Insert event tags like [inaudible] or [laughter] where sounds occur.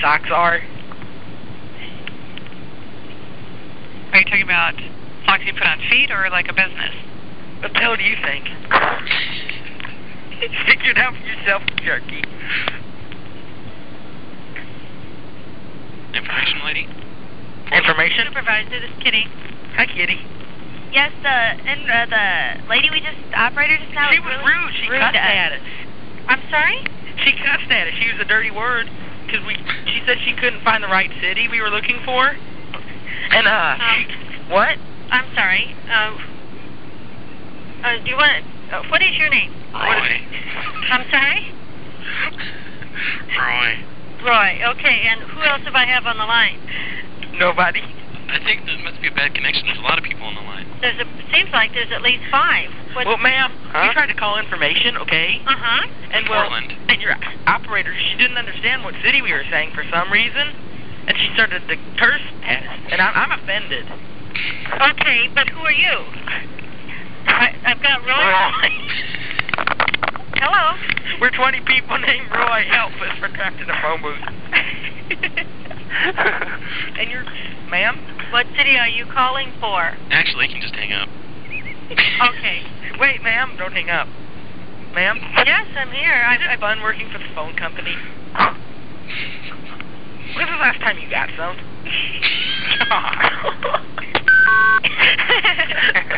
socks are? Are you talking about socks you put on feet or like a business? What the hell do you think? [laughs] Figured out for yourself, jerky. Information lady? Information? Supervisor, this is Kitty. Hi, Kitty. Yes, the and uh, the lady we just operator just now she was was really rude. She cussed to us. at us. I'm sorry. She cussed at us. She used a dirty word because we. She said she couldn't find the right city we were looking for. And uh, Um. what? I'm sorry. Uh, uh, do you want? Uh, what is your name? Roy. I'm sorry. Roy. Roy. Okay, and who else have I have on the line? Nobody. I think there must be a bad connection. There's a lot of people on the line. There's a seems like there's at least five. What? Well, ma'am, Huh? we tried to call information, okay? uh huh. And well, Portland. and your operator, she didn't understand what city we were saying for some reason, and she started to curse at us, and I'm, I'm offended. Okay, but who are you? I, I've got Roy. Hello. We're 20 people named Roy. Help us. We're trapped in a phone booth. [laughs] and you're, ma'am? [laughs] What city are you calling for? Actually, you can just hang up. Okay. Wait, ma'am. Don't hang up. Ma'am? Yes, I'm here. Is it fun working for the phone company? When's the last time you got some? [laughs]